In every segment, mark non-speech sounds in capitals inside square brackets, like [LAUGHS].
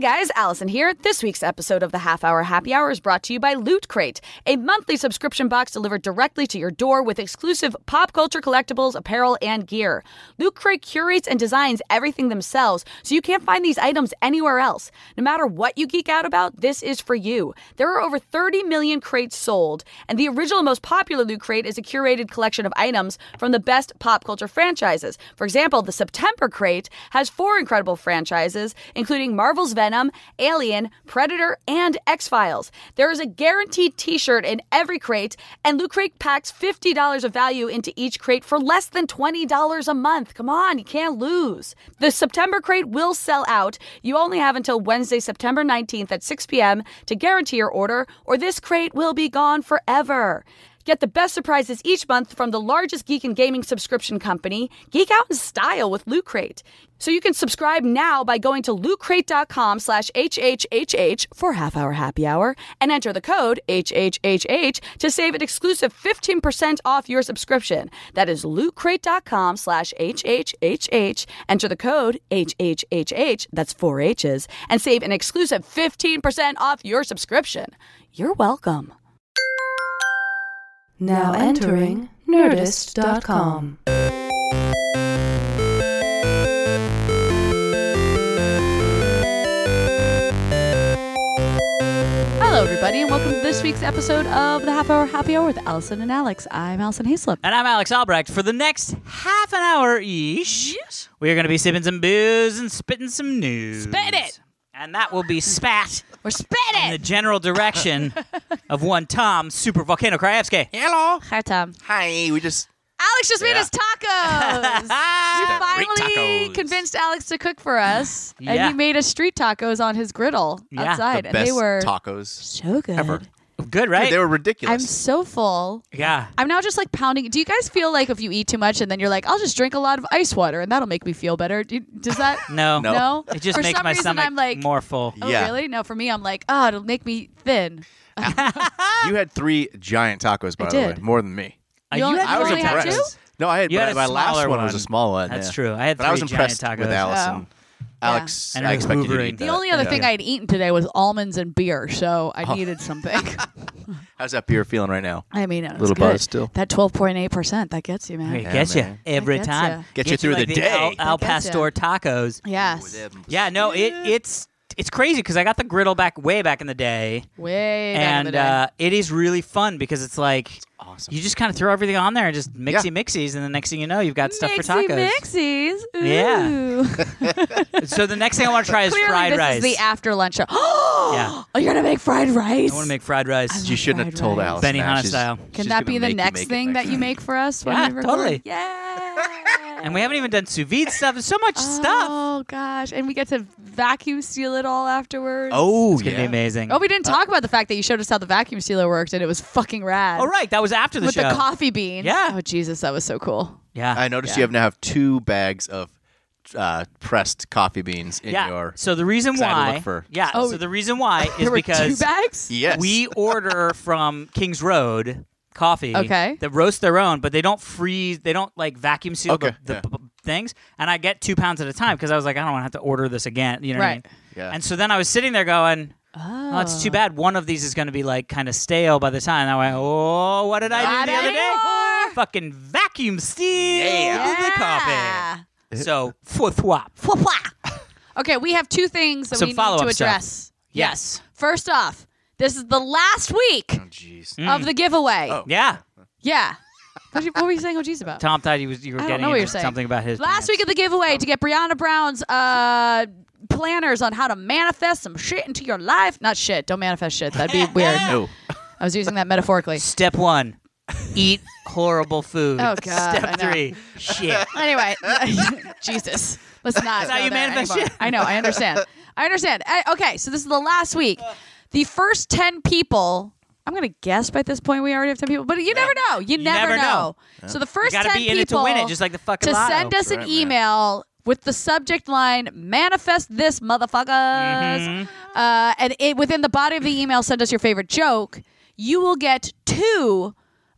guys, Allison here. This week's episode of the Half Hour Happy Hour is brought to you by Loot Crate, a monthly subscription box delivered directly to your door with exclusive pop culture collectibles, apparel, and gear. Loot Crate curates and designs everything themselves, so you can't find these items anywhere else. No matter what you geek out about, this is for you. There are over 30 million crates sold, and the original most popular Loot Crate is a curated collection of items from the best pop culture franchises. For example, the September Crate has four incredible franchises, including Marvel's Venom, Alien, Predator, and X Files. There is a guaranteed t shirt in every crate, and Loot Crate packs $50 of value into each crate for less than $20 a month. Come on, you can't lose. The September crate will sell out. You only have until Wednesday, September 19th at 6 p.m. to guarantee your order, or this crate will be gone forever. Get the best surprises each month from the largest geek and gaming subscription company, Geek Out in Style with Loot Crate. So you can subscribe now by going to lootcrate.com slash HHHH for half hour happy hour and enter the code HHHH to save an exclusive 15% off your subscription. That is lootcrate.com slash HHHH. Enter the code HHHH, that's four H's, and save an exclusive 15% off your subscription. You're welcome. Now entering Nerdist.com. Hello, everybody, and welcome to this week's episode of the Half Hour Happy Hour with Allison and Alex. I'm Allison Hayslip. And I'm Alex Albrecht. For the next half an hour each, we are going to be sipping some booze and spitting some news. Spit it! And that will be spat We're in the spitting! [LAUGHS] general direction of one Tom Super Volcano Krajewski. Hello. Hi, Tom. Hi. We just Alex just made Yeah. us [LAUGHS] tacos! Ah! you Great finally tacos. convinced Alex to cook for us, and Yeah. he made us street tacos on his griddle Yeah, outside, the and they best were tacos. so good. ever. Good, right? They were I'm ridiculous. so full. yeah. I'm now just like pounding. Do you guys feel like if you eat too much and then you're like, I'll just drink a lot of ice water and that'll make me feel better? Do you- Does that? [LAUGHS] No. No. No? It just For makes some my reason, stomach I'm like- more full. Oh, Yeah. really? No, for me, I'm like, oh, it'll make me thin. you had three giant tacos, by I the way, did. more than me. Uh, You only- had I I was three only had impressed. two? No, I had, You my- had a my last smaller one, was one. a small one. That's yeah. true. I had But I was three giant impressed with tacos. Allison. Alex, And I I was expected you to hoovering. eat The Oh. The that. only other Yeah. thing I'd eaten today was almonds and beer, so Oh. I needed [LAUGHS] something. How's that beer feeling right now? I mean, it was Little good. buzz still. That 12.8%, that gets you, man. It Yeah, gets you man. every It gets time. ya. Get you through like the Al, day. Al It gets ya. Pastor tacos. Yes. Yeah, no, it it's it's crazy because I got the griddle back way back in the day, Way back in the and day. uh, it is really fun because it's like awesome. you just kind of throw everything on there and just mixy Yeah. mixies, and the next thing you know, you've got stuff for Mixy tacos. Mixies. Ooh. Yeah. [LAUGHS] So the next thing I want to try [LAUGHS] is Clearly, fried this rice. is the after lunch show. [GASPS] Oh, Yeah. you're going to make fried rice? I want to make fried rice. you shouldn't have fried told rice. Allison. Benny that. Hanna She's- style. she's Can that gonna be the make you next make it thing that next you time. make for us when Yeah, we record? totally. Yeah. [LAUGHS] And we haven't even done sous vide stuff. There's so much stuff. Oh gosh, and we get to vacuum seal it all afterwards. Oh, It's gonna yeah. be amazing. Oh, we didn't talk about the fact that you showed us how the vacuum sealer worked, and it was fucking rad. Oh, right, that was after the with show. the coffee beans. Yeah. Oh Jesus, that was so cool. yeah, I noticed you have now have two bags of uh, pressed coffee beans in yeah. your. so the reason 'cause I had to why, look for- yeah, Oh, so the reason why is [LAUGHS] there were two because bags. Yes. we order from Kings Road coffee. Okay. That roast their own, but they don't freeze. They don't like vacuum seal Okay, the, the yeah. b- b- things. And I get two pounds at a time because I was like, I don't want to have to order this again. You know Right. what I mean? Yeah. And so then I was sitting there going, Oh, Oh, it's too bad. One of these is going to be like kind of stale by the time. And I went, Oh, what did I Not do the other day? anymore. Fucking vacuum seal the coffee. Yeah. So, fourth wop. [LAUGHS] Okay, we have two things that Some we need to follow-up stuff. address. Yes. First off, this is the last week Oh, jeez. Mm. of the giveaway. Oh. Yeah. Yeah. What, you- what were you saying, oh Jesus, about? Tom thought you was you were I don't getting know what into you're saying. something about his Last week of the Um, giveaway to get Brianna Brown's uh, planners on how to manifest some shit into your life. Not shit. Don't manifest shit. That'd be [LAUGHS] weird. No. I was using that metaphorically. Step one, eat horrible food. [LAUGHS] Oh, God, I [LAUGHS] Step know. three, [LAUGHS] shit. [LAUGHS] Anyway, Jesus. Let's not. how go you there manifest anymore. shit. I know. I [LAUGHS] understand. I understand. I, okay, so this is the last week. The first 10 people. I'm going to guess by this point we already have 10 people, but you never know. You, never, never know. know. So the first you 10 gotta be in it to people. win it, just like the fucking to lotto. send us an Right, man. email with the subject line "Manifest this, motherfuckers," Mm-hmm. uh, and it, within the body of the email, send us your favorite joke. You will get two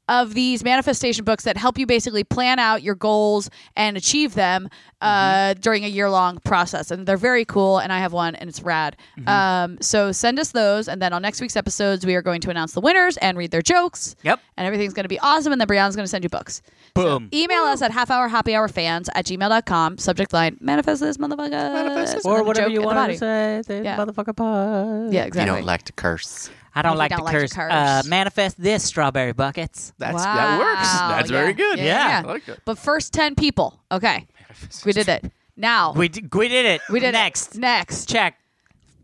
of these manifestation books that help you basically plan out your goals and achieve them. Mm-hmm. uh, during a year long process. And they're very cool, and I have one, and it's rad. Mm-hmm. Um, so send us those, and then on next week's episodes, we are going to announce the winners and read their jokes. Yep. And everything's going to be awesome, and then Brianna's going to send you books. Boom. Email us at halfhourhappyhourfans at gmail.com. Subject line, manifest this motherfucker. Manifest or whatever you want to say. The Yeah. motherfucker pod. Yeah, You exactly. don't like to curse. I don't We like don't to like to curse. curse. Uh, manifest this strawberry buckets. That's that works. Wow. That's Yeah. very good. Yeah, Yeah. yeah. I like that. But first 10 people. Okay. We did it. Now, we, We d- we did it. did it. next. Next. Check.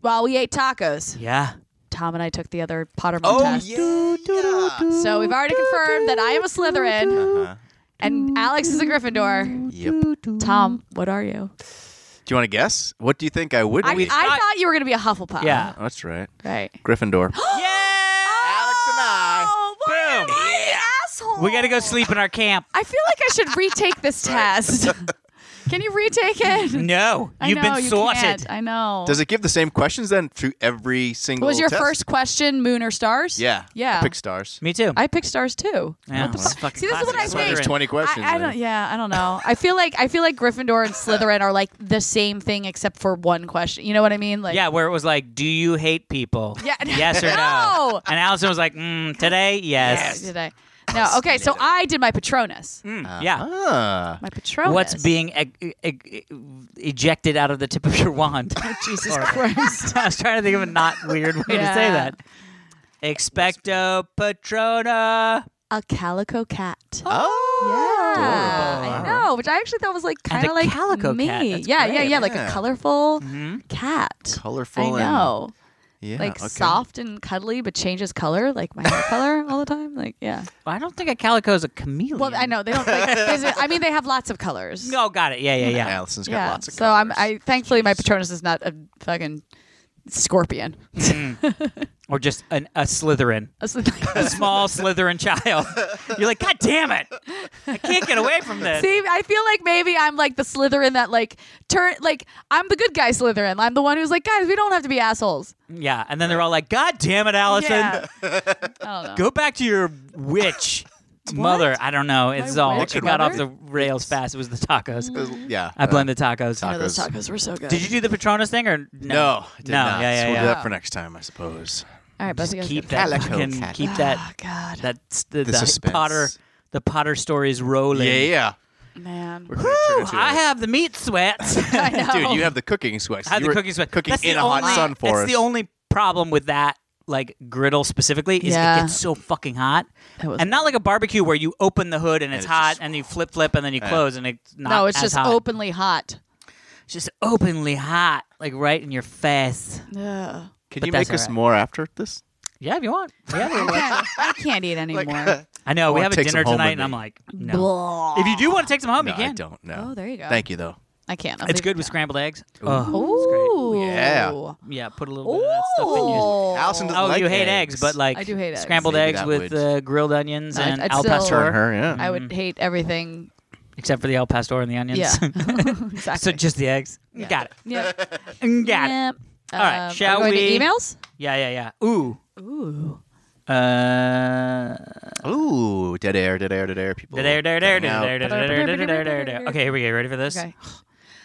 While we ate tacos, [GASPS] Yeah. Tom and I took the other Pottermore Oh test. yeah. So we've already confirmed that I am a Slytherin Uh-huh. and Alex is a Gryffindor. Yep. Do Tom, what are you? you want to guess? What do you think I would I, be? I thought you were going to be a Hufflepuff. Yeah. Oh, that's right. Right. [GASPS] Gryffindor. yeah. Alex and I. Oh, what Boom. an asshole. We got to go sleep in our camp. I feel like I [LAUGHS] should retake this test. Can you retake it? No, I you've know, been you sorted. can't. I know. Does it give the same questions then through every single? was your test? first question moon or stars? Yeah. Yeah. I picked stars. Me too. I picked stars too. yeah, What the this is fu- fucking See, this is what I classic That's why think. there's twenty questions. I, I then. don't. Yeah, I don't know. I feel like I feel like Gryffindor [LAUGHS] and Slytherin are like the same thing except for one question. You know what I mean? Like, Yeah, where it was like, do you hate people? Yeah. [LAUGHS] Yes or no? No. And Allison was like, mm, today, yes. Did I? No. Okay. So I did my Patronus. Uh-huh. Mm, yeah. Ah. My Patronus. What's being e- e- e- ejected out of the tip of your wand? [LAUGHS] Jesus Christ? [LAUGHS] I was trying to think of a not weird way to say Yeah. that. Expecto Patrona. A calico Oh, cat. Oh. Yeah, I Adorable. know, which I actually thought was like kind a of like calico me. cat. That's yeah, yeah, great. yeah, like a Yeah. colorful cat. Colorful I know, and yeah, like okay. soft and cuddly, but changes color, like my hair color all the time. Like, yeah. Well, I don't think a calico is a chameleon. Well, I know they don't. [LAUGHS] Like, there's a- I mean, they have lots of colors. No, got it. Yeah, yeah, yeah. Allison's got yeah. lots of so I'm. I thankfully my Patronus is not a fucking scorpion. [LAUGHS] Or just an, a Slytherin. That's the thing. [LAUGHS] A [LAUGHS] small Slytherin child. You're like, God damn it. I can't get away from this. See, I feel like maybe I'm like the Slytherin that like turn like I'm the good guy Slytherin. I'm the one who's like, guys, we don't have to be assholes. Yeah, and then they're all like, "God damn it, Allison, [LAUGHS] Yeah. I don't know. go back to your [LAUGHS] witch mother." I don't know. It's My all witch it got mother? Mm. off the rails fast. It was the tacos. Uh, yeah. I blame the tacos. No, Oh, those Tacos. tacos were so good. Did you do the Patronus thing or no? Uh, No, I did no, yeah, not. yeah, So we'll yeah. do that for next time, I suppose. All right, Buzz, you guys Keep go. that. Calico fucking- cat. keep Oh that. God, That the, the, suspense. Potter the Potter stories rolling. Yeah, yeah. man. We're gonna turn Woo, into I a- have the [LAUGHS] meat sweats. I [LAUGHS] know. [LAUGHS] Dude, you have the cooking sweats. have You the were cooking sweats. Cooking That's the in a hot only- sun for That's us. the only problem with that. Like griddle specifically is Yeah. it gets so fucking hot, That was- and not like a barbecue where you open the hood and it's, it's hot, just- and you flip flip and then you close and it's not. No, it's as just hot. openly hot. It's just openly hot, like right in your face. Ugh. Can but you that's make us all right. more after this? Yeah, if you want. Yeah, I can't, [LAUGHS] I can't eat anymore. [LAUGHS] I know. We wanna have a take some dinner home tonight, and with me. I'm like, no. Blah. If you do want to take some home, No, you can. I don't know. Oh, there you go. Thank you, though. I can't. I'm It's leaving good now. with scrambled eggs. Oh, Ooh. Yeah. yeah. Put a little bit of that stuff in you. Ooh. Allison doesn't Oh, like you hate eggs. but like I do hate eggs. scrambled Maybe eggs that with would- uh, grilled onions No, and I'd- I'd al still- turn pastor, her. Yeah. I would hate everything. except for the al pastor Mm-hmm. and the onions. [LAUGHS] Yeah. [LAUGHS] exactly. so just the eggs. Got it. [LAUGHS] yeah. Got it. Yep. All right, Um, shall are going we- To emails? Yeah, yeah, yeah. Ooh. Ooh. Uh, Ooh, dead air, dead air, dead air. People. there, there, there, there, hang out. there, there, there, there, there, there, there. Okay, here we go. Ready for this? Okay.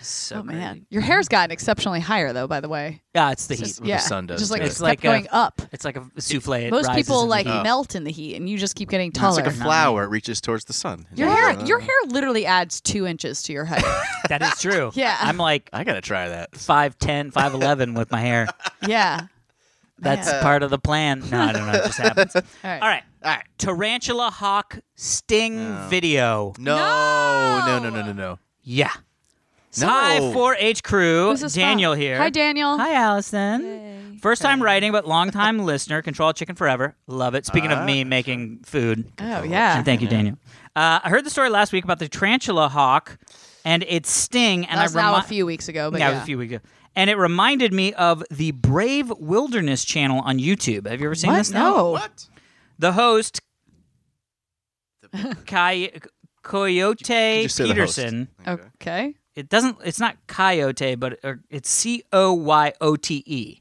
So Oh great. man, your hair's gotten exceptionally higher though. By the way, Yeah, it's the It's heat. just- yeah, sun does just like too. it's It's like kept going a- up. It's like a souffle. It Most rises people in the like heat. melt in the heat, and you just keep getting It's taller. like a flower. It reaches towards the sun. your hair, your hair literally adds two inches to your height. [LAUGHS] That is true. Yeah. I'm like I gotta try that. 5'10, 5'11 with my hair. yeah. That's Yeah. part of the plan. No, I don't know. It just happens. All All right. right. All right. Tarantula Hawk Sting video. No, no, no, no, no, no. Yeah. No. Hi, 4-H crew. Who's this Daniel from? here. Hi, Daniel. Hi, Allison. First time writing, but long time listener. Control Chicken Forever. Love it. Speaking of me making food. Oh yeah. And thank you, Daniel. Uh, I heard the story last week about the tarantula hawk and its sting. And that was I remi- now a few weeks ago, but yeah, yeah, it was a few weeks ago. And it reminded me of the Brave Wilderness channel on YouTube. Have you ever seen What? this? now? No. What? The host, [LAUGHS] Coy- Coyote You just said the host. Peterson. Okay. It doesn't. It's not Coyote, but or it's C O Y O T E.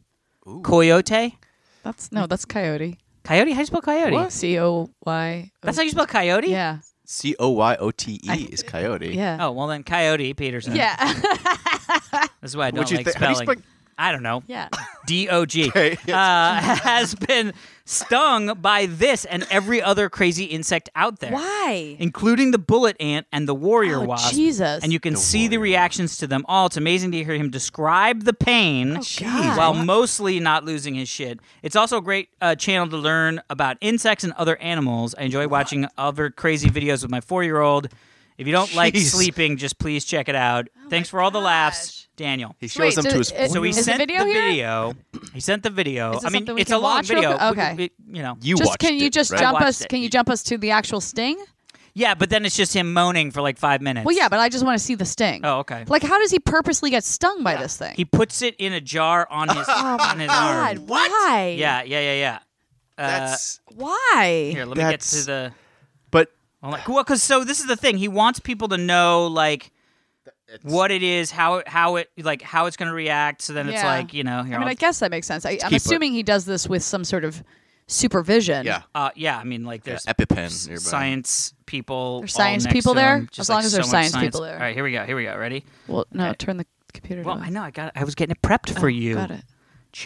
Coyote. That's no, that's coyote. Coyote. How do you spell coyote? C O Y. That's how you spell coyote. Yeah. C O Y O T E is coyote. Yeah. Oh well, then Coyote Peterson. Yeah. [LAUGHS] This is why I don't Would you like thi- how do you spelling. spell- I don't know. yeah. D O G uh, Okay, has been stung by this and every other crazy insect out there. Why? Including the bullet ant and the warrior Oh, wasp. Jesus. And you can see the reactions to them all. It's amazing to hear him describe the pain Oh, God. while mostly not losing his shit. It's also a great uh, channel to learn about insects and other animals. I enjoy watching other crazy videos with my four year old. If you don't like Jeez. sleeping, just please check it out. Oh, Thanks for all the laughs, Daniel. He shows Wait, them so to his. it- So he Is the sent video here? video. He sent the video. Is this I mean, something we it's a can long watch real video. quick? We- Okay. we- you know. you just watched can you it, just right? jump watched us? it. Can you jump us to the actual sting? Yeah, but then it's just him moaning for like five minutes. Well, yeah, but I just want to see the sting. Oh, okay. Like, how does he purposely get stung by this thing? He puts it in a jar [LAUGHS] on his Oh, on his God, arm. why? Yeah, yeah, yeah, yeah. Uh, That's Why? here. Let me get to that's- the. but I'm like, well, because so this is the thing. He wants people to know like what it is, how it- how it like how it's going to react. So then it's Yeah. like you know, here, I mean, I'll- I guess that makes sense. I, I'm keep it. assuming he does this with some sort of supervision. yeah, uh, yeah. I mean, like there's EpiPen. nearby. science people. There's science all next people to there? him, just, As long like, as there's so much science people there. All right, here we go. Here we go. Ready? Well, no, turn the computer. Well, to I know. I got. It. I was getting it prepped for you. Oh, Got it.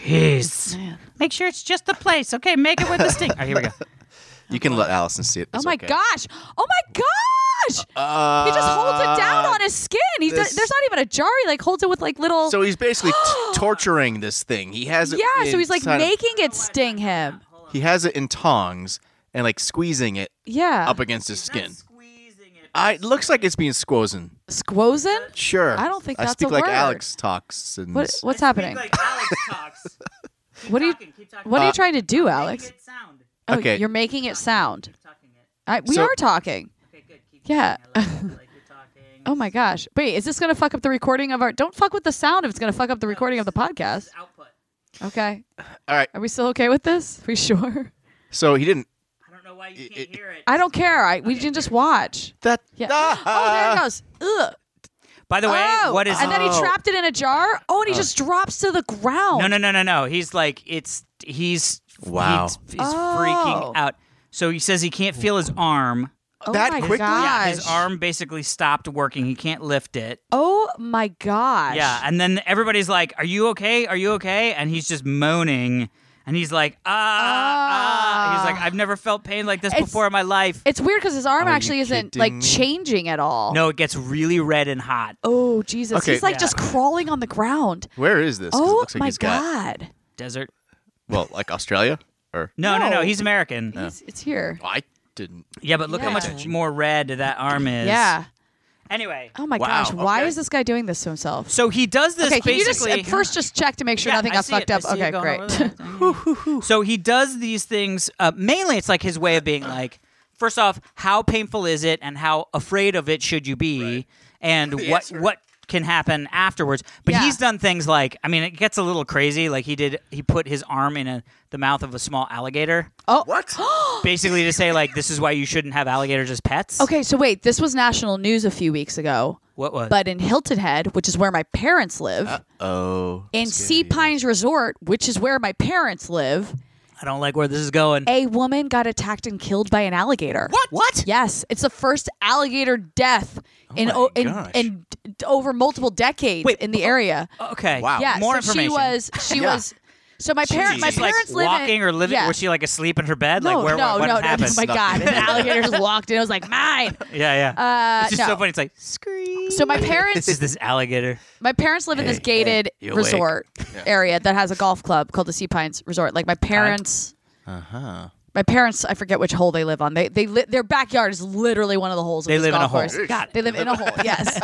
Jeez. Man. Make sure it's just the place. Okay, make it with the [LAUGHS] sting. All right, here we go. You can let Allison see it. Oh It's my okay. gosh! Oh my gosh! Uh, he just holds it down on his skin. He this- there's not even a jar. He like holds it with like [GASPS] little. So he's basically t- torturing this thing. He has it. yeah, so he's like inside of- making it sting him. he has it in tongs and like squeezing it Yeah. up against his skin. I it looks like it's being squozen. Squozen? Sure. I don't think I that's speak a like word. Alex talks. And What, what's happening? [LAUGHS] what are you? What are you trying to do, Alex? Oh, Uh, Okay. You're making it sound. I, we So- are talking. Yeah. [LAUGHS] Oh my gosh. Wait, is this going to fuck up the recording of our. Don't fuck with the sound if it's going to fuck up the recording of the podcast. Output. Okay. all right. Are we still okay with this? [LAUGHS] we sure? So he didn't. I don't know why you It- can't hear it. I don't care. I, we can just watch. That. [LAUGHS] Yeah. oh, there it Ah! goes. Ugh. By the way, oh. what is? and then he trapped it in a jar. Oh, and he just drops to the ground. No, no, no, no, no. He's like, it's he's Wow. He's, he's Oh. freaking out. So he says he can't feel his arm. Oh that my quickly? gosh. His arm basically stopped working. He can't lift it. Oh my gosh. Yeah, and then everybody's like, "Are you okay? Are you okay?" And he's just moaning, and he's like, "Ah, ah." He's like, "I've never felt pain like this It's- before in my life." It's weird because his arm Are you actually isn't kidding like me? changing at all. No, it gets really red and hot. Oh Jesus. Okay. He's like Yeah. just crawling on the ground. Where is this? 'Cause it Oh looks like my he's got god. Desert. well, like Australia or No, no, no. No. he's American. He's, it's here. I didn't. Yeah, but look how Yeah. much more red that arm is. Yeah. Anyway, Oh my Wow, gosh. Why okay. is this guy doing this to himself? so he does this okay. Can you just basically. uh, first just check to make sure Yeah, nothing I got see it. fucked I up? see it Okay. going over Great. there. so he does these things. Uh, mainly, it's like his way of being like, first off, how painful is it, and how afraid of it should you be, and [LAUGHS] what what can happen afterwards. But Yeah. he's done things like, I mean, it gets a little crazy. Like he did, he put his arm in a, the mouth of a small [GASPS] alligator, What? [GASPS] basically to say like, this is why you shouldn't have alligators as pets. [LAUGHS] okay. So wait, this was national news a few weeks ago, what was? but in Hilton Head, which is where my parents live, Uh, oh. in Sea Pines Resort, which is where my parents live, I don't like where this is going. a woman got attacked and killed by an alligator. what? What? Yes, it's the first alligator death in my o- in, gosh. in d- over multiple decades Oh Wait, in the area. Okay. Wow. Yeah, More so information. she was she Yeah. was so my parents She's my just, like parents live walking in, or living. yeah. Was she like asleep in her bed? no, like where? no, what, no, what no, happened? [LAUGHS] Oh my god, an alligator just walked in. I was like, mine. Yeah, yeah. Uh, it's just no. so funny. It's like scream. So my this is parents, this alligator. my parents live in this gated you awake? resort area that has a golf club called the Sea Pines Resort. Like my parents, Uh Uh-huh. huh. my parents, I forget which hole they live on. They they li- their backyard is literally one of the holes. Of They this live in a golf hole. course. Got it. They live in a hole. [LAUGHS] Yes,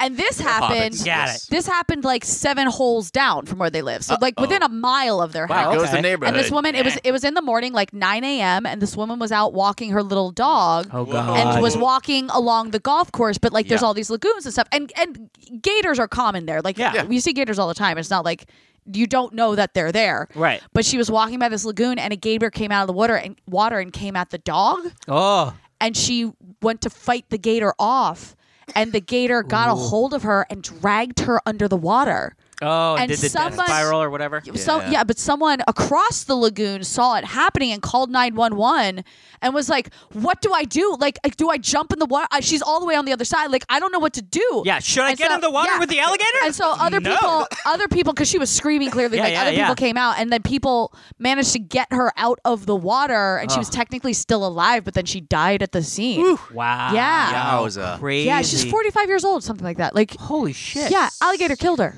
and this happened. Hobbits. Got Yes. This happened like seven holes down from where they live, so like within a mile of their Wow, house. goes okay. And the this neighborhood. And this woman, it was it was in the morning, like 9 a.m., and this woman was out walking her little dog. Oh And god. was walking along the golf course, but like there's Yeah. all these lagoons and stuff, and and gators are common there. Like Yeah. Yeah. you see gators all the time. It's not like you don't know that they're there, Right. But she was walking by this lagoon, and a gator came out of the water and water and came at the dog, oh. and she went to fight the gator off, and the gator got a hold of her and dragged her under the water. Oh, and And did the death someone- spiral or whatever. So Yeah. yeah, but someone across the lagoon saw it happening and called 911 and was like, "What do I do? Like, I- do I jump in the water? I, she's all the way on the other side. Like, I don't know what to do." Yeah, should I And get so- in the water yeah. with the alligator? And so other No. people, other people, because she was screaming clearly, Yeah, like yeah, other yeah. people came out, and then people managed to get her out of the water, and she was technically still alive, but then she died at the scene. Wow. Yeah. Yowza. Crazy. Yeah, she's 45 years old, something like that. Like, Holy shit. yeah, alligator killed her.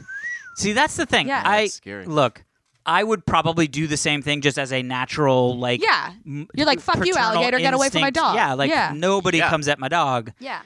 See, that's the thing. Yeah. I That's scary. look. I would probably do the same thing just as a natural like. Yeah. m- You're like, "Fuck you, paternal alligator, get away from my instinct." dog. Yeah, like Yeah. nobody Yeah. comes at my dog. Yeah.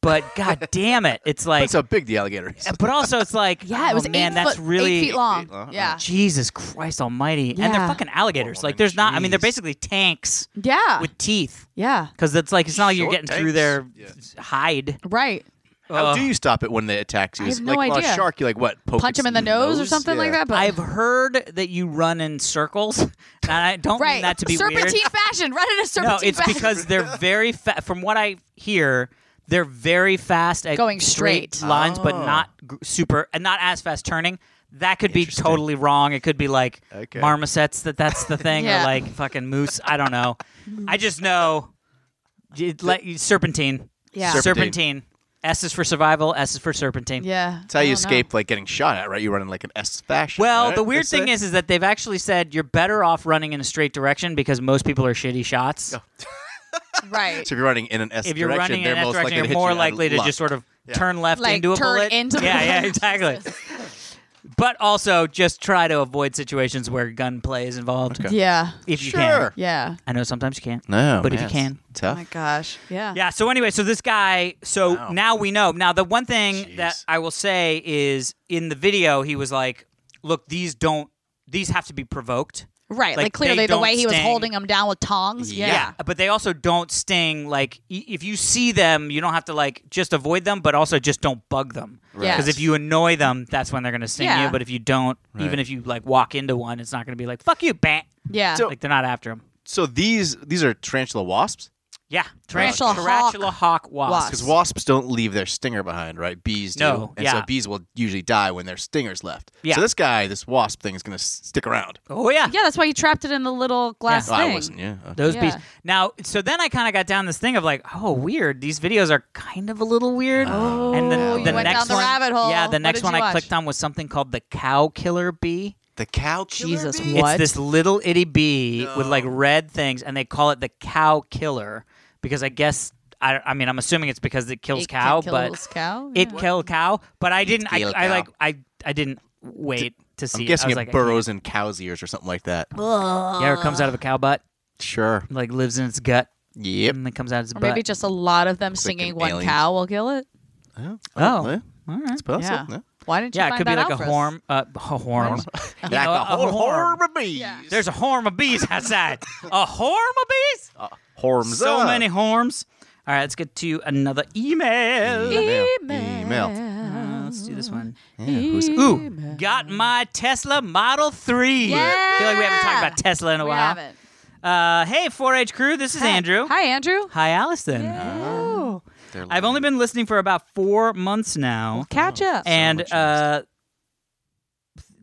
But [LAUGHS] god damn it, it's like. That's how big the alligator is. Uh, but also, it's like. [LAUGHS] Yeah, it was oh, man. eight that's foot, really eight feet long. feet long. Yeah. Jesus Christ Almighty! And they're Yeah. fucking alligators. Oh, Like, there's not. I mean, they're jeez. basically tanks Yeah. with teeth. yeah. Because it's like it's not like you're getting Short through tanks. their Yeah. hide. Right. How Ugh. do you stop it when they attack you? I Is have it no like on idea. a shark, you like what? Poke Punch its him in the nose, or something like Yeah. that. But I've heard that you run in circles, [LAUGHS] and I don't mean right. that to be serpentine weird. fashion. Run in a [LAUGHS] No, serpentine it's fashion. because they're very fa- from what I hear, they're very fast at Going straight. lines, but Oh. not g- super and not as fast turning. That could be totally wrong. It could be like Okay. marmosets that that's the thing, Yeah. or like fucking moose. I don't know. I just know it, like, serpentine. Yeah. Serp- serpentine. S is for survival. S is for [LAUGHS] serpentine. yeah. That's how I you don't know. escape like getting shot at, right? You run in like an S fashion. Well, right? the weird That's thing it? is, is that they've actually said you're better off running in a straight direction because most people are shitty [LAUGHS] shots. [LAUGHS] Right. So if you're running in an S If you're direction, running they're in that most direction, likely to you're hit more you out of likely to luck. just sort of turn left Like, into a turn bullet. into the yeah, [LAUGHS] yeah, bullet. exactly. but also, just try to avoid situations where gunplay is involved Yeah. if you Sure. can. Yeah. I know sometimes you can't. No, But if man, you can. it's tough. Oh my gosh. Yeah. Yeah. So anyway, so this guy. So Wow. now we know. Now the one thing Jeez. that I will say is in the video, he was like, "Look, these don't. These have to be provoked." Right. Like, Like, they clearly the don't way he was sting. holding him down with tongs. Yeah. But they also don't sting. Like, y- if you see them, you don't have to, like, just avoid them, but also just don't bug them. Yeah. Because if you annoy them, that's when they're going to sting Yeah. you. But if you don't, even Right. if you, like, walk into one, it's not going to be like, fuck you, bang. Yeah. So- Like, they're not after him. So these these are tarantula wasps Yeah. Tarantula hawk. Tarantula hawk wasp. Wasp. because wasps don't leave their stinger behind, right? Bees do, No, and yeah. so bees will usually die when their stinger's left. Yeah. So this guy, this wasp thing, is gonna s- stick around. Oh, yeah. yeah. That's why he trapped it in the little glass Well, I thing. wasn't. Yeah. Okay. Those bees. Yeah. Now, so then I kind of got down this thing of like, oh, weird. These videos are kind of a little weird. Oh, and Oh, you went down the rabbit hole. Yeah, the What next did one you I watch? clicked on was something called the cow killer bee. The cow killer Jesus, bee? What? It's this little itty bee with like No. red things, and they call it the cow killer because I guess I, I mean I'm assuming it's because it kills It can cow, kill a but little cow. it Yeah. killed cow. But I didn't. I, kill I cow. like I I didn't wait to see. I'm it. guessing I it was like, I burrows in cow's ears or something like that. can't- Yeah, or it comes out of a cow butt, Sure. like lives in its gut, Yep. and then comes out of its Or butt. maybe just a lot of them Clicking singing one aliens. cow will kill it. Oh, Oh. well, All right. it's possible. Yeah. Yeah. Why didn't you Yeah, it find could be that like out a for us? horn, uh, a horn. Like know, a a whole horn. horn of bees. Yeah. [LAUGHS] There's a horn of bees [LAUGHS] outside. a horn of bees. Uh, horms. so up. many horms. All right, let's get to another email. Email. Uh, let's do this one. Yeah, who's- Ooh, got my Tesla Model 3. I feel like we haven't talked about Tesla in a We while. haven't. Uh, hey, 4 H crew, this is Andrew. Hi, Andrew. Hi, Allison. They're like- I've only been listening for about four months now. Catch up. and, much uh,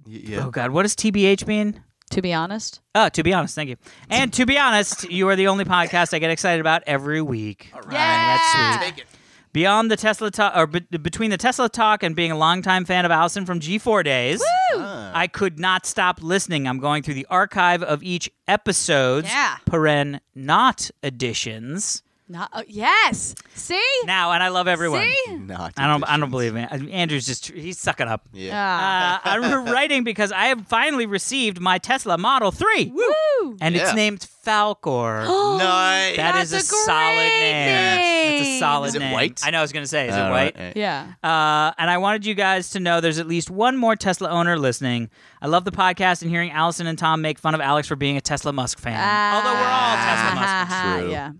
Yeah. oh God, what does TBH mean? to be honest, Oh, to be honest, thank you. And to be honest, you are the only podcast I get excited about every week. All right. That's sweet. Beyond the Tesla talk, or be- between the Tesla talk and being a longtime fan of Allison from G4 days, Ah. I could not stop listening. I'm going through the archive of each episode's Yeah. paren not editions not oh, yes. See, now, and I love everyone. see. Not I don't, I efficient. don't believe it. Uh, Andrew's just he's sucking up. Yeah. Ah. Uh, I'm [LAUGHS] writing because I have finally received my Tesla Model 3. Woo! And it's Yeah. named [GASPS] Falcor. nice. that is a, That's a solid great name. That's a name. solid Is it name. white? I know I was going to say, is All it right, white? eh. Yeah. Uh, and I wanted you guys to know there's at least one more Tesla owner listening. I love the podcast and hearing Allison and Tom make fun of Alex for being a Tesla Musk fan. Although we're all Tesla Musk fans. Ah, True. Yeah.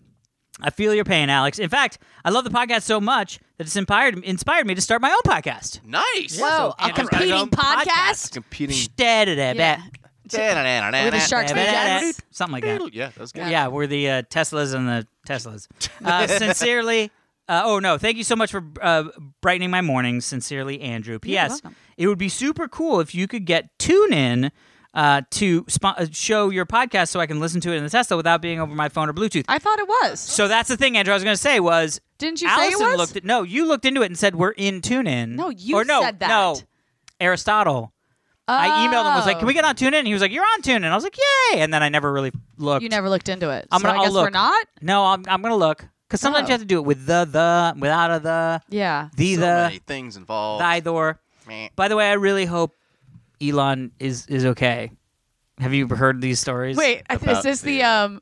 I feel your pain, Alex. In fact, I love the podcast so much that it's inspired, inspired me to start my own podcast. Nice. Whoa, a Andrew's got his competing own podcast. Competing. [LAUGHS] Yeah. With the sharks Yeah. fantastic. Something like that. Yeah, that was good. [LAUGHS] Yeah, we're the uh, Teslas and the Teslas. Uh, sincerely, Uh, oh no! Thank you so much for uh, brightening my morning. Sincerely, Andrew. P.S. welcome. It would be super cool if you could get tune in uh, to spo- uh, show your podcast so I can listen to it in the Tesla without being over my phone or Bluetooth. I thought it was. so that's the thing, Andrew. I was going to say was Didn't you say it Allison was? looked at no. You looked into it and said we're in TuneIn. No, you or no, said that. No, Aristotle. I emailed him. I was like, Oh. "Can we get on TuneIn?" And he was like, "You're on TuneIn." I was like, "Yay!" And then I never really looked. Oh. You never looked into it. I'm so gonna. I will guess look. we're not. No, I'm. I'm gonna look because sometimes you Oh. have to do it with the the without a the Yeah. the So the many things involved. Thydor. Meh. By the way, I really hope Elon is is okay. Have you heard these stories? Wait, I th- is About this the the- um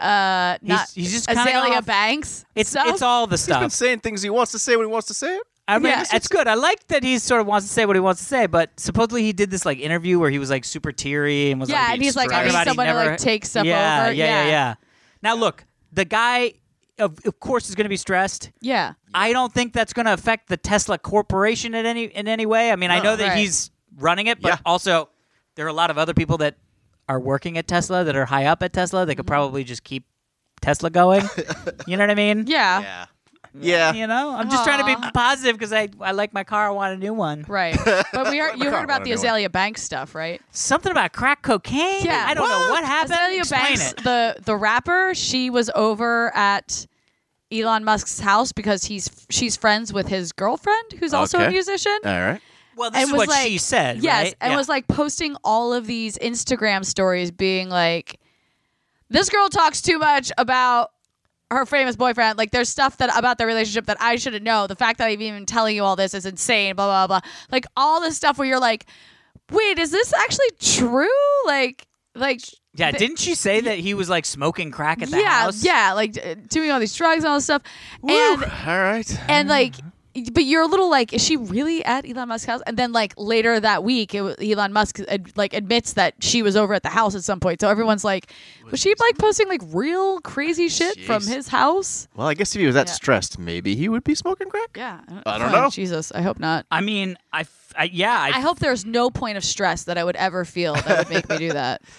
uh not he's just kinda Azalea off. Banks? It's stuff? it's all the He's been stuff. saying things he wants to say when he wants to say it. I mean, Yeah. it's, it's good. I like that he sort of wants to say what he wants to say, but supposedly he did this like interview where he was like super teary and was Yeah, like, and he's like, I talking need about he someone to, never- like, take stuff yeah, over. Yeah, yeah, Yeah. yeah. Now look, the guy of of course is going to be stressed. yeah. I don't think that's going to affect the Tesla corporation in any in any way. I mean, I know that Right. he's running it, but Yeah. also there are a lot of other people that are working at Tesla that are high up at Tesla Mm-hmm. that could probably just keep Tesla going. you know what I mean? [LAUGHS] Yeah. Yeah. Yeah. You know, I'm just trying to be positive because I, I like my car. I want a new one. [LAUGHS] Right. But we heard, you heard about the Azalea Banks stuff, right? Something about crack cocaine. Yeah. I don't know what happened. Azalea Explain Banks, it. the the rapper, she was over at Elon Musk's house because he's she's friends with his girlfriend, who's also a Okay. musician. All right. Well, this and is was what like, she said. Yes, Uh, right? and Yeah. was like posting all of these Instagram stories, being like, "This girl talks too much about her famous boyfriend. Like, there's stuff that about their relationship that I shouldn't know. The fact that I'm even telling you all this is insane. Blah blah blah. Like all this stuff where you're like, wait, is this actually true? Like, like." yeah. th- Didn't she say that he was like smoking crack at the yeah, house? yeah, like d- doing all these drugs and all this stuff, and All right. and like but you're a little like is she really at elon musk's house and then like later that week it, wa- elon musk ad, like admits that she was over at the house at some point so everyone's like was she like posting like real crazy shit from Jeez. his house Well, I guess if he was that Yeah. stressed, maybe he would be smoking crack. yeah I don't know. Oh, jesus i hope not I mean, I, f- I- yeah, I, I hope there's no point of stress that I would ever feel that would make me do that. [LAUGHS]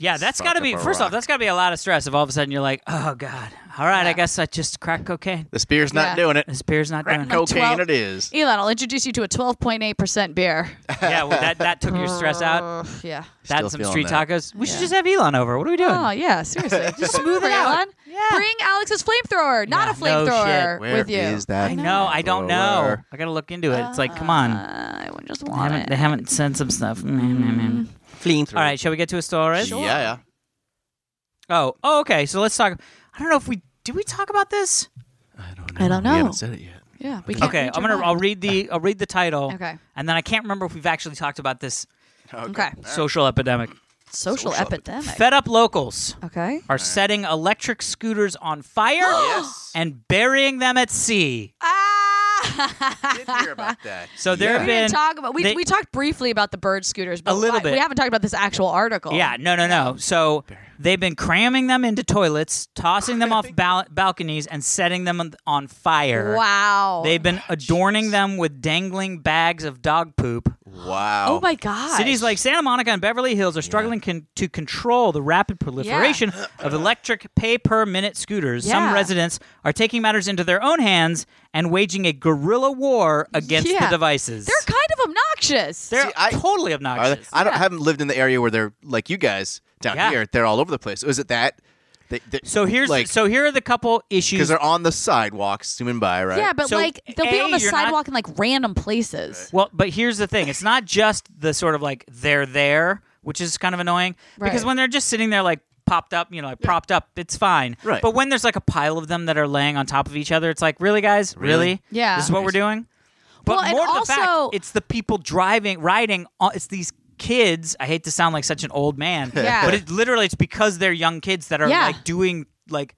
Yeah, that's Suck got to up be a first off. rock. That's got to be a lot of stress. If all of a sudden you're like, oh god, all right, I guess I just crack cocaine. This beer's not Yeah. doing it. This beer's not doing. Crack it. cocaine 12 it is. Elon, I'll introduce you to a 12.8% beer. [LAUGHS] yeah, well, that that took your stress out. [LAUGHS] yeah. That's some feeling street that. tacos. We should Yeah. just have Elon over. What are we doing? Oh, yeah, [LAUGHS] seriously. Just smooth it out. Elon. Yeah. Bring Alex's flamethrower, not Yeah, a no shit. flamethrower Where with you. is that? I know. I don't know. Roller. I gotta look into it. It's like, come on. Uh, I would just They want haven't, they haven't sent some stuff. Mm-hmm. Mm. Fleeing All right, shall we get to a story? Yeah, Oh, oh, okay. So let's talk. I don't know if we did we talk about this. yeah. I don't know. I don't We know. haven't said it yet. Yeah, we can't Okay, read I'm your gonna. I'll mind. read the. I'll read the title. Okay. And then I can't remember if we've actually talked about this Okay. social epidemic. Social, epidemic. Fed up locals. okay. are setting electric scooters on fire [GASPS] Yes. and burying them at sea. [LAUGHS] Ah. did hear about that. So there have We been didn't talk about we, they- we talked briefly about the bird scooters, but A little why- bit. we haven't talked about this actual article. yeah, no, no, no. So they've been cramming them into toilets, [LAUGHS] tossing them off bal- balconies, and setting them on- on fire. Wow. They've been adorning them with dangling bags of dog poop. Wow. oh my god. Cities like Santa Monica and Beverly Hills are struggling con- to control the rapid [GASPS] proliferation of electric pay per minute scooters. Yeah. Some residents are taking matters into their own hands and waging a guerrilla war against Yeah. the devices. they're kind of obnoxious. They're See, I- totally Are they, obnoxious. I don't haven't lived in the area where they're like you guys down Yeah. here. They're all over the place. Is it that? They, they, so here's like so here are the couple because issues. they're on the sidewalks zooming by, right? yeah, but So, like they'll be A, on the you're not- sidewalk in like random places. Well, but here's the thing: it's not just the sort of like they're there, which is kind of annoying because Right. when they're just sitting there like popped up, you know, like propped up, it's fine. Right. But when there's like a pile of them that are laying on top of each other, it's like, really, guys, really? Really? Yeah. this is what we're doing. But Well, and more to the fact, also- it's the people driving, riding. on- It's these kids. I hate to sound like such an old man, [LAUGHS] Yeah. but it literally it's because they're young kids that are Yeah. like doing like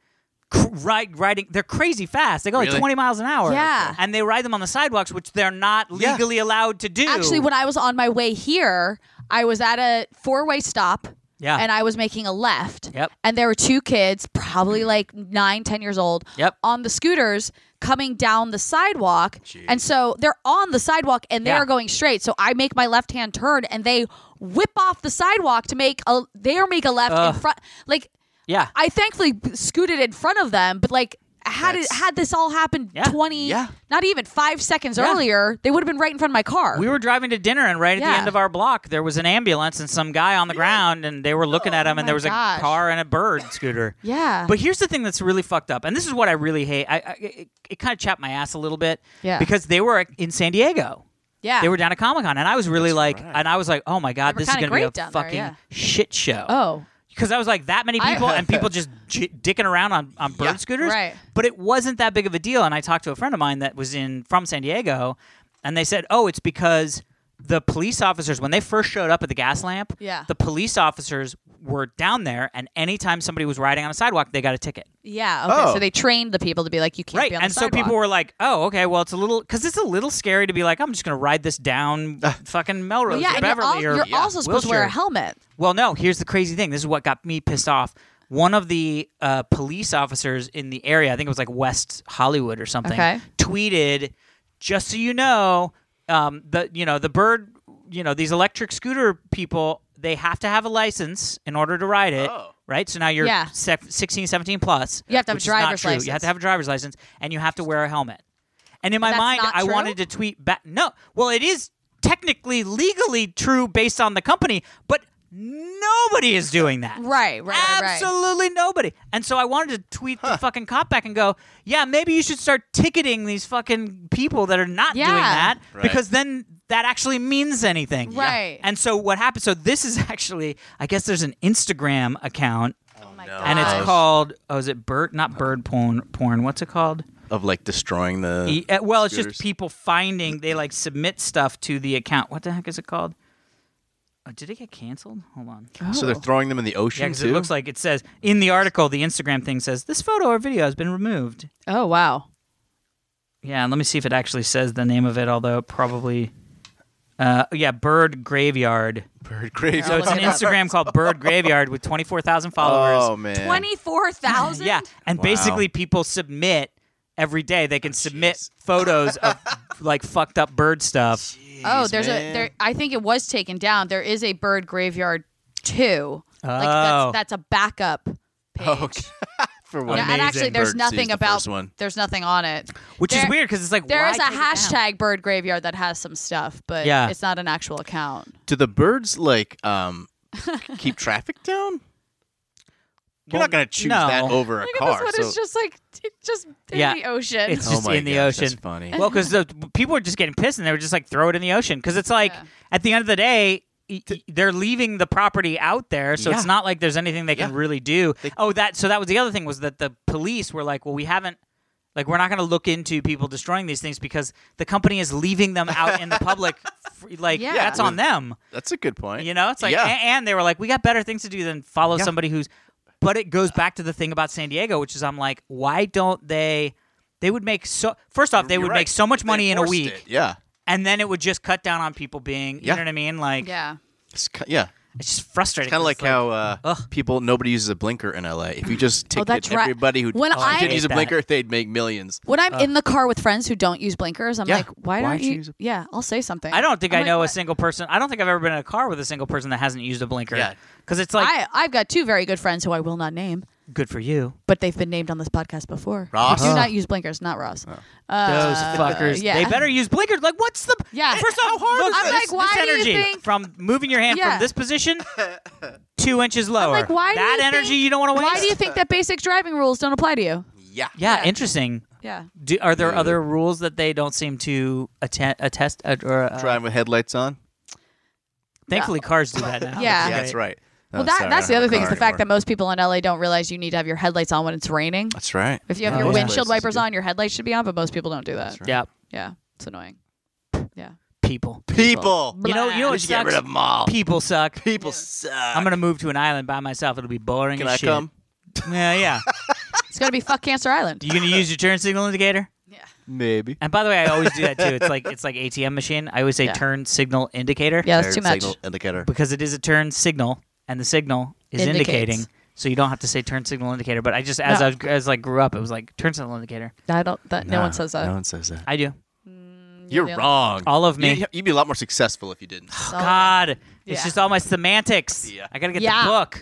cr- ride, riding. They're crazy fast. They go like Really? 20 miles an hour. Yeah. And they ride them on the sidewalks, which they're not Yeah. legally allowed to do. Actually, when I was on my way here, I was at a four way stop. Yeah. And I was making a left. Yep. And there were two kids, probably like nine, ten years old, Yep. on the scooters coming down the sidewalk. And so they're on the sidewalk and they're Yeah. going straight. So I make my left hand turn and they whip off the sidewalk to make a they make a left in front like yeah. I thankfully scooted in front of them, but like had it, That's- had this all happened Yeah. 20 Yeah. not even 5 seconds Yeah. earlier they would have been right in front of my car We were driving to dinner, and right at Yeah. the end of our block, there was an ambulance and some guy on the ground, and they were looking at him, and Oh my there was gosh. a car and a bird scooter. [LAUGHS] yeah But here's the thing that's really fucked up, and this is what I really hate. I, I it, it kind of chapped my ass a little bit, Yeah. because they were in San Diego. yeah They were down at Comic Con, and I was really like, and I was like, oh my god, were this is kinda going to be a great down there, fucking yeah. shit show. oh because I was like that many I- people [LAUGHS] and people just j- dicking around on, on bird Yeah. scooters. Right. But it wasn't that big of a deal. And I talked to a friend of mine that was in from San Diego, and they said, "Oh, it's because the police officers when they first showed up at the gas lamp, Yeah. the police officers were down there, and anytime somebody was riding on a sidewalk, they got a ticket." yeah okay Oh. so they trained the people to be like you can't Right, be on and the so people sidewalk. were like, "Oh, okay, well, it's a little because it's a little scary to be like, I'm just going to ride this [LAUGHS] down fucking Melrose yeah or and you're, Beverly al- or you're yeah, also supposed to wear a Wilshire." helmet Well, no, here's the crazy thing. This is what got me pissed off. One of the uh, police officers in the area, I think it was like West Hollywood or something, Okay. tweeted, "Just so you know, um, the you know the bird, you know these electric scooter people, they have to have a license in order to ride it." Oh. Right, so now you're Yeah. sec- 16, 17 plus. You have to have a which is not driver's true. license. You have to have a driver's license, and you have to wear a helmet. And in my that's mind, not I true? wanted to tweet back. No, well, it is technically legally true based on the company, but nobody is doing that. [LAUGHS] Right, right, right, right. Absolutely nobody. And so I wanted to tweet the fucking cop back and go, yeah, maybe you should start ticketing these fucking people that are not Yeah. doing that Right. because then that actually means anything. Right. And so what happened? So this is [LAUGHS] actually, I guess there's an Instagram account. And Oh Gosh. it's called, oh, is it bird? Not bird porn. Porn. What's it called? of like destroying the. [LAUGHS] E- uh, well, it's scooters. just people finding they like submit stuff to the account. What the heck is it called? Oh, did it get canceled? Hold on. So they're throwing them in the Yeah, ocean 'cause too. it looks like it says in the article, the Instagram thing says this photo or video has been removed. oh wow Yeah, let me see if it actually says the name of it. Although it probably, uh, yeah, Bird Graveyard. bird crazy. So it's an Instagram called Bird Graveyard with twenty four thousand followers. Oh man. 24,000 Yeah, and Oh. Wow. Oh, basically people submit every day. They can submit photos [LAUGHS] of like fucked up bird stuff. Oh, there's a man. there. I think it was taken down. There is a bird graveyard too. Like Oh. that's, that's a backup page. Oh, for what? Yeah, and actually, amazing. there's Bird sees nothing the about first one. there's nothing on it. Which is There- weird because it's like There why is a take it down? [LAUGHS] hashtag bird graveyard that has some stuff, but Yeah. it's not an actual account. Do the birds [LAUGHS] like um keep traffic down? You're Well, not gonna choose no. that over a car. so just like it's just in Yeah, the ocean. It's Oh just my in the gosh, ocean. that's funny. Well, because the people were just getting pissed and they were just like throw it in the ocean because it's like Yeah. at the end of the day. y- y- They're leaving the property out there, so it's Yeah. not like there's anything they can Yeah. really do. They- oh, that so that was the other thing was that the police were like, well, we haven't, like, we're not going to look into people destroying these things because the company is leaving them out in the [LAUGHS] public. f- Like, Yeah. that's on them. that's a good point. You know, it's like, a- yeah. and, they were like, we got better things to do than follow Yeah. somebody who's. But it goes back to the thing about San Diego, which is I'm like, why don't they? They would make so. First off, they You're would right. make so much If they money in a enforced week, it, Yeah. and then it would just cut down on people being. You Yeah. know what I mean? [LAUGHS] Like, yeah. It's ki- yeah. it's just frustrating. Kind of 'cause like, it's how uh, ugh. people nobody uses a blinker in LA. If you just Oh, ticket that's right. everybody who When I- didn't use hate a that. blinker, they'd make millions. When Uh, I'm in the car with friends who don't use blinkers, I'm Yeah. like, why, Why don't you? choose a- Yeah, I'll say something. I don't think i I'm like, know a what? single person. I don't think I've ever been in a car with a single person that hasn't used a blinker. Yeah. Because it's like, I I've got two very good friends who I will not name, good for you. but they've been named on this podcast before. Ross. Do Oh. not use blinkers, not Ross. Those Uh, fuckers. yeah. They better use blinkers. Like, what's the? Yeah. First off, hard is I'm this, like, why this do you energy think- from moving your hand Yeah. from this position two inches lower. like, why do that you energy think- you don't want to waste? Why do you think that basic driving rules don't apply to you? Yeah. yeah, interesting. Yeah. Do, are there other rules that they don't seem to atten- attest uh, or? Uh, Driving with headlights on. thankfully, cars do that now. Yeah. which is that's great. right. No, well, that, Oh, sorry, I that's the don't have other a thing is car the fact that anymore. most people in LA don't realize you need to have your headlights on when it's raining. that's right. If you have Oh, your yeah. windshield Places wipers do. on, your headlights should be on, but most people don't do that. right. Yeah, Yeah, it's annoying. Yeah. people. People, You know, you know we what should get sucks? rid of them all. People [LAUGHS] suck. People suck. I'm gonna move to an island by myself. It'll be boring. Can as I shit. come? Yeah, yeah. It's gonna be [LAUGHS] fuck Cancer Island. you gonna use your turn signal indicator? Maybe. And by the way, I always do that too. It's like it's like ATM machine. I always say Yeah. turn signal indicator. Yeah, that's too much. Signal indicator. because it is a turn signal and the signal is Indicates. indicating so you don't have to say turn signal indicator but i just as No. i as like grew up it was like turn signal indicator I don't. That, no, one says that. No one says that. i do You're the only- wrong. All of me. You, would be a lot more successful if you didn't. God, it's Yeah. just all my semantics. Yeah. I gotta get Yeah. [LAUGHS] the book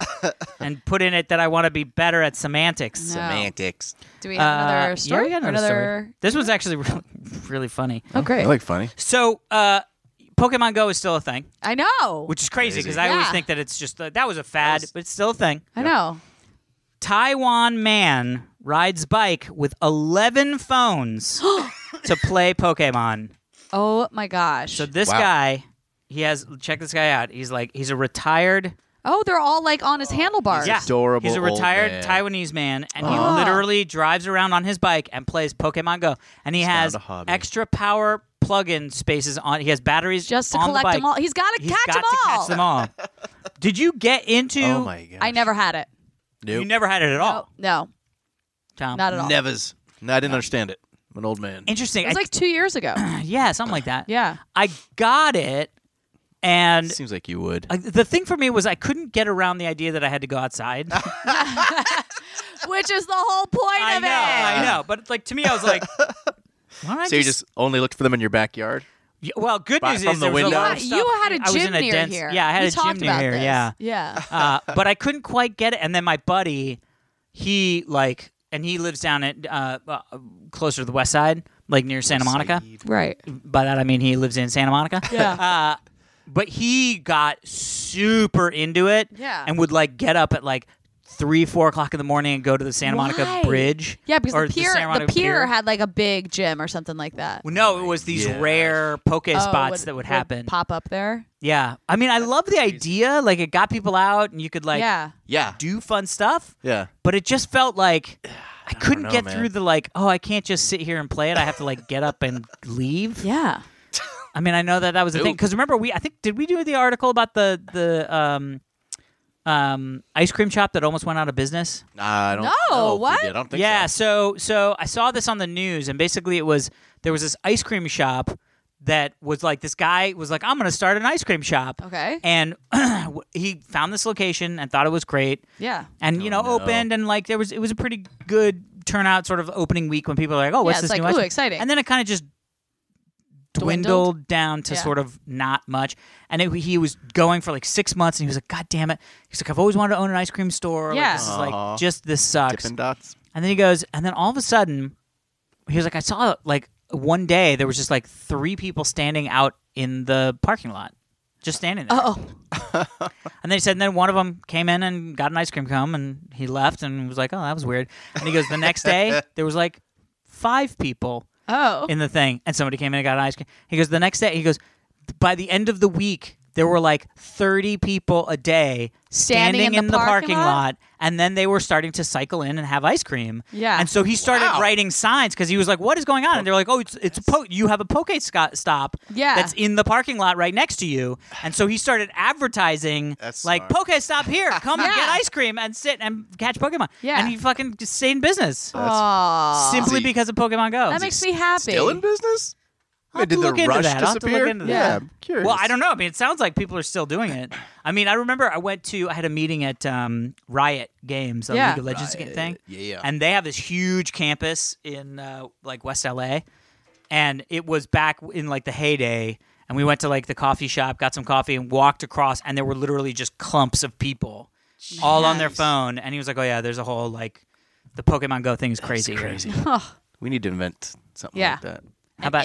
and put in it that I want to be better at semantics. No. Semantics. Do we have Uh, another story? Yeah, we got Or another, story. This was actually [LAUGHS] really, really funny. Oh, great. like funny. So, uh, Pokemon Go is still a thing, I know. which is crazy Crazy. because I always Yeah. think that it's just uh, that was a fad, but it's still a thing. I know. Taiwan man rides bike with [GASPS] 11 phones to play Pokemon. Oh my gosh. So this Wow. guy, he has check this guy out. He's like he's a retired oh, they're all like on his handlebars. yeah, adorable He's a old retired man. Taiwanese man, and Oh. he literally drives around on his bike and plays Pokemon Go. And he found has a hobby. extra power plug-in spaces on. He has batteries Just to on the collect bike. them all. He's got to He's catch got them to all. catch them all. [LAUGHS] Did you get into? Oh my god. I never had it. You Nope. never had it at all, No, Tom. not at all. Nevers. No, I didn't understand it. I'm an old man. Interesting. It was I- like two years [LAUGHS] ago. yeah, something like that. yeah. I got it, and Seems like you would. I, the thing for me was I couldn't get around the idea that I had to go [LAUGHS] outside. Which is the whole point I of know, it. I know. But like to me, I was [LAUGHS] like, why don't I so you just only looked for them in your backyard? Y- Well, good By- news from is the there was a window? lot Yeah, of you stuff- had a I was gym in a near dense- here. Yeah, I had we a talked gym near about here. this. Yeah, Yeah. uh, but I couldn't quite get it. And then my buddy, he like, and he lives down at uh, uh, closer to the west side, like near Santa Monica. right. By that I mean he lives in Santa Monica. [LAUGHS] Yeah. Uh, but he got super into it. Yeah. And would like get up at like three, four o'clock in the morning and go to the Santa Why? Monica Bridge. Yeah, because or the pier, Santa the, Monica pier had like a big gym or something like that. Well, no, it was these Yeah. rare poke Oh, spots that would happen. pop up there. Yeah. I mean, I love the idea. Like, it got people out and you could, like, yeah. Yeah. do fun stuff. Yeah. But it just felt [SIGHS] like I couldn't know, get man. through the, like, oh, I can't just sit here and play it. I have to, like, get up and [LAUGHS] leave. Yeah. I mean, I know that that was a thing. Nope. Because remember, we, I think, did we do the article about the, the, um, um, ice cream shop that almost went out of business. Nah, I don't No, know if we what? did. I don't think yeah, so. so. so I saw this on the news, and basically it was there was this ice cream shop that was like this guy was like, I'm gonna start an ice cream shop, Okay. and [CLEARS THROAT] he found this location and thought it was great, Yeah. and you know no. opened and like there was it was a pretty good turnout sort of opening week when people are like, oh, what's it's this like, new ice ooh, cream?" exciting. and then it kind of just Dwindled? dwindled, down to Yeah. sort of not much. And it, he was going for like six months, and he was like, "God damn it!" He's like, "I've always wanted to own an ice cream store. Yeah. Like, this is Aw. like just this sucks." Dippin' dots. And then he goes, and then all of a sudden, he was like, I saw like one day there was just like three people standing out in the parking lot, just standing there. Oh, And then he said, and then one of them came in and got an ice cream cone, and he left and was like, oh, that was weird. And he goes, the next day there was like five people oh, in the thing, and somebody came in and got an ice cream. He goes, the next day, he goes, by the end of the week. There were like 30 people a day Standing standing, in the parking lot? lot, and then they were starting to cycle in and have ice cream. Yeah. And so he started Wow. writing signs because he was like, "What is going on?" And they're like, "Oh, it's it's a po- you have a poke sco- stop Yeah. that's in the parking lot right next to you." And so he started advertising That's like smart. poke stop here, come and [LAUGHS] Yeah. get ice cream and sit and catch Pokemon. Yeah. And he fucking just stayed in business Aw. simply See. because of Pokemon Go. that makes me happy. Still in business? I'll have Did to the look into rush that. I'll have to look disappear? into that. yeah, I'm curious. Well, I don't know. I mean, it sounds like people are still doing it. I mean, I remember I went to I had a meeting at um, Riot Games, a Yeah. League of Legends ga- thing. Yeah, yeah. And they have this huge campus in uh, like West LA, and it was back in like the heyday. And we went to like the coffee shop, got some coffee, and walked across, and there were literally just clumps of people, all on their phone. And he was like, "Oh yeah, there's a whole like." The Pokemon Go thing is crazy. here." Crazy. [LAUGHS] we need to invent something Yeah. Eh, like that. How about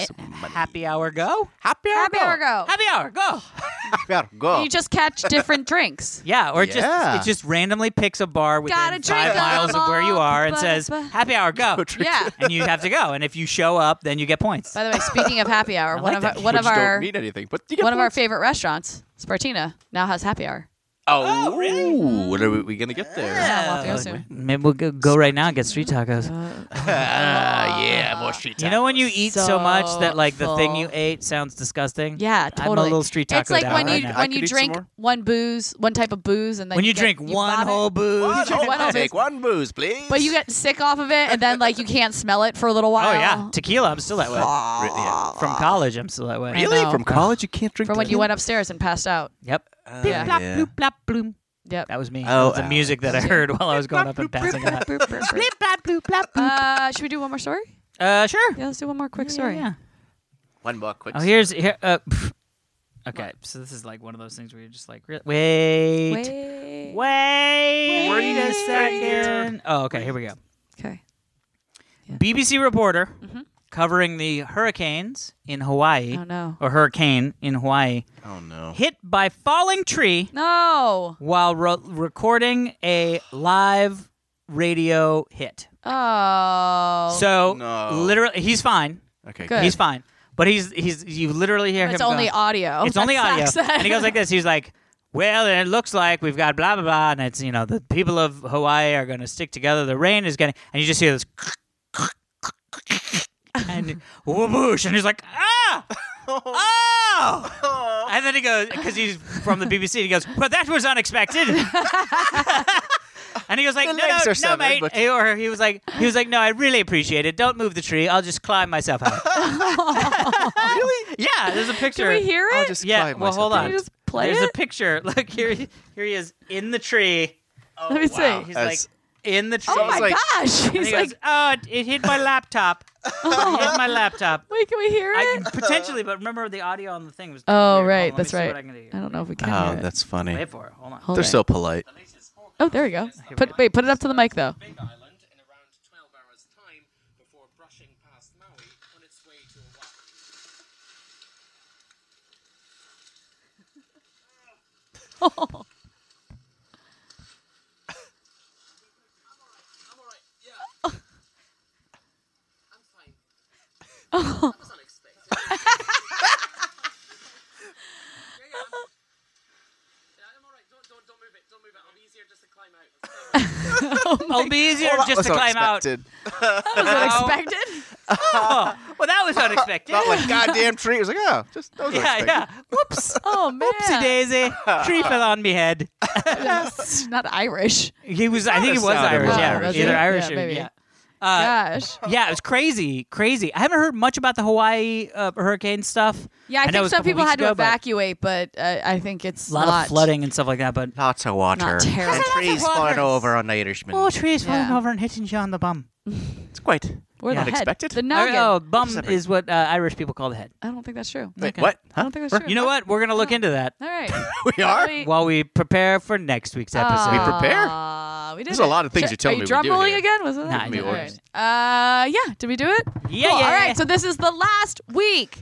Happy Hour Go? Happy hour. Happy hour go. Happy Hour Go. Happy hour. Go. You just [LAUGHS] catch different drinks. Yeah, or Yeah. just it just randomly picks a bar within Gotta drink five 'em miles of where you all. are and Ba- says ba- happy hour [LAUGHS] go, Yeah. and you have to go. And if you show up, then you get points. By the way, speaking of happy [LAUGHS] hour, one like of that. our, one Which of our [LAUGHS] don't need anything, but you get one of our points. favorite restaurants, Spartina, now has happy hour. Oh, really? What are we, we gonna get there? Yeah, we'll have to go soon. Maybe we'll go, go right now and get street tacos. Ah, [LAUGHS] yeah, more street you know when you eat so, much So that like the thing you full. ate sounds disgusting. Yeah, I'm a totally. little street It's taco like down when right you now. I when could you eat some drink more. one booze, one type of booze, and then when you, you get- drink you one vomit, whole booze, drink one of Take these. one booze, please. but you get sick off of it, and then like you can't smell it for a little while. oh yeah, tequila. I'm still that way. Really? From college, I'm still that way. Really? know. From college, you can't drink. From when [LAUGHS] that? Uh, you went upstairs and passed out. Yep. Yeah. Blop, Oh, Yeah. bloop, blop, bloom. Yep. That was me. Oh, that was the ow. music that I heard while I was going up and passing out. [LAUGHS] uh, should we do one more story? Uh, sure. Yeah, let's do one more quick story. Yeah. One more quick. Oh, here's here. Uh, pff. okay, so this is like one of those things where you're just like, re- wait, wait, Wait. wait, Wait a a second. Oh, okay, here we go. Okay. BBC reporter covering the hurricanes in Hawaii, Mm-hmm. Oh no. or hurricane in Hawaii, Oh no. hit by falling tree No. while ro- recording a live radio hit. Oh. so No. literally, he's fine. Okay. Good. He's fine. But he's he's you literally hear him. it's only going, audio. It's That [LAUGHS] only audio. sucks. and he goes like this. He's like, well, it looks like we've got blah blah blah, and it's you know the people of Hawaii are going to stick together. The rain is going, to and you just hear this, and whoosh, and he's like, ah, oh, and then he goes because he's from the BBC. He goes, well, that was [LAUGHS] unexpected. And he was like, The no, no, legs are no, severed, mate. but- Or he was like, he was like, no, I really appreciate it. Don't move the tree. I'll just climb myself out. [LAUGHS] [LAUGHS] really? Yeah. There's a picture. Can we hear I'll it? just Yeah, climb well, myself hold in. on. Can you just play Oh, There's it? a picture. [LAUGHS] Look here, he- here he is in the tree. Let me see. He's That's- like in the tree. Oh my He's like- gosh. [LAUGHS] And He's he like, "Oh." goes, oh, it, it hit my laptop. it hit my laptop. wait, can we hear I [LAUGHS] it? can potentially, but remember the audio on the thing was. Oh, weird. Hold on, right, let me that's see right. What I can do. I don't know if we can Oh, hear it. that's funny. Wait for it. Hold on. Hold They're it. so polite. Oh, there we go. Put wait, put it up to the mic though. Big Island in around 12 hours' time before brushing past Maui on its way to Oahu. I'm alright, yeah. I'm fine. That was unexpected. yeah, yeah, I'm, yeah, I'm alright. Don't, don't, don't move it. Don't move it. I'll be easier just to climb out. Climb It'll out. be easier Well, that just was to climb out. unexpected. Was it expected? Oh, [LAUGHS] well, that was unexpected. Not like goddamn tree. It was like, oh, just that [LAUGHS] was yeah, unexpected. yeah. [LAUGHS] Whoops. Oh man. Oopsie [LAUGHS] daisy. Tree fell on me head. It's [LAUGHS] not Irish. He was. I think he a was sound of Irish. an Yeah, Irish. either Yeah, Irish or maybe. yeah. Uh, Gosh. yeah, it was crazy, crazy. I haven't heard much about the Hawaii uh, hurricane stuff. Yeah, I know it think was some a couple people weeks had to ago, but evacuate, but uh, I think it's A lot, of flooding and stuff like that. But Lots of water. Not terrible. And trees water. falling over on the Irishman. oh, trees Yeah. falling over and hitting you on the bum. it's quite. Or Yeah. the head. Unexpected? The Oh, noggin. oh, bum Separate. is what uh, Irish people call the head. I don't think that's true. Wait, Okay. what? I Huh? don't think that's true. You know what? We're gonna look into that All right. [LAUGHS] We are. We- while we prepare for next Oh. week's episode. We prepare? Aw, uh, we did There's a it. lot of things Sh- you're telling Are you me we drum do rolling here. again? Was it that? Nah, you All weren't. right. Uh, yeah. Did we do it? Yeah, Cool. yeah, All yeah. right. So this is the last week.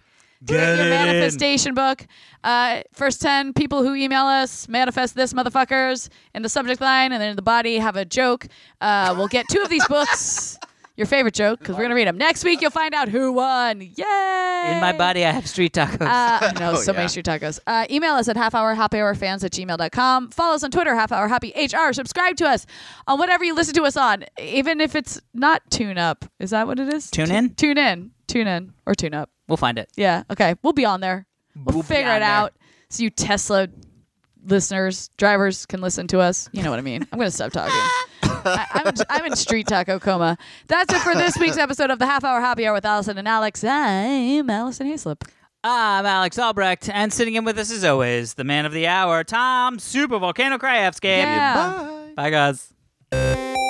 to Get your it in. manifestation book. Uh, first ten people who email us manifest this motherfuckers in the subject line, and then in the body have a joke. Uh, we'll get two of these [LAUGHS] books. Your favorite joke, because we're gonna read them next week. You'll find out who won. Yay! In my body, I have street tacos. [LAUGHS] Uh, I Oh, know, so yeah. many street tacos. Uh, email us at halfhourhappyhourfans at gmail.com. Follow us on Twitter, half hour happy HR. Subscribe to us on whatever you listen to us on, even if it's not tune up. Is that what it is? Tune in? Tune in. Tune in or tune up. we'll find it. Yeah. Okay. We'll be on there. We'll, We'll be figure on it there. out. So you Tesla listeners, drivers can listen to us. You know what I mean. I'm going to stop [LAUGHS] talking. I, I'm, in- I'm in street taco coma. That's it for this week's episode of the Half Hour Happy Hour with Allison and Alex. I'm Allison Hayslip. I'm Alex Albrecht, and sitting in with us as always, the man of the hour, Tom Super Volcano Krajewski. Yeah. Bye, Bye. guys.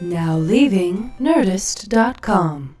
Now leaving Nerdist.com.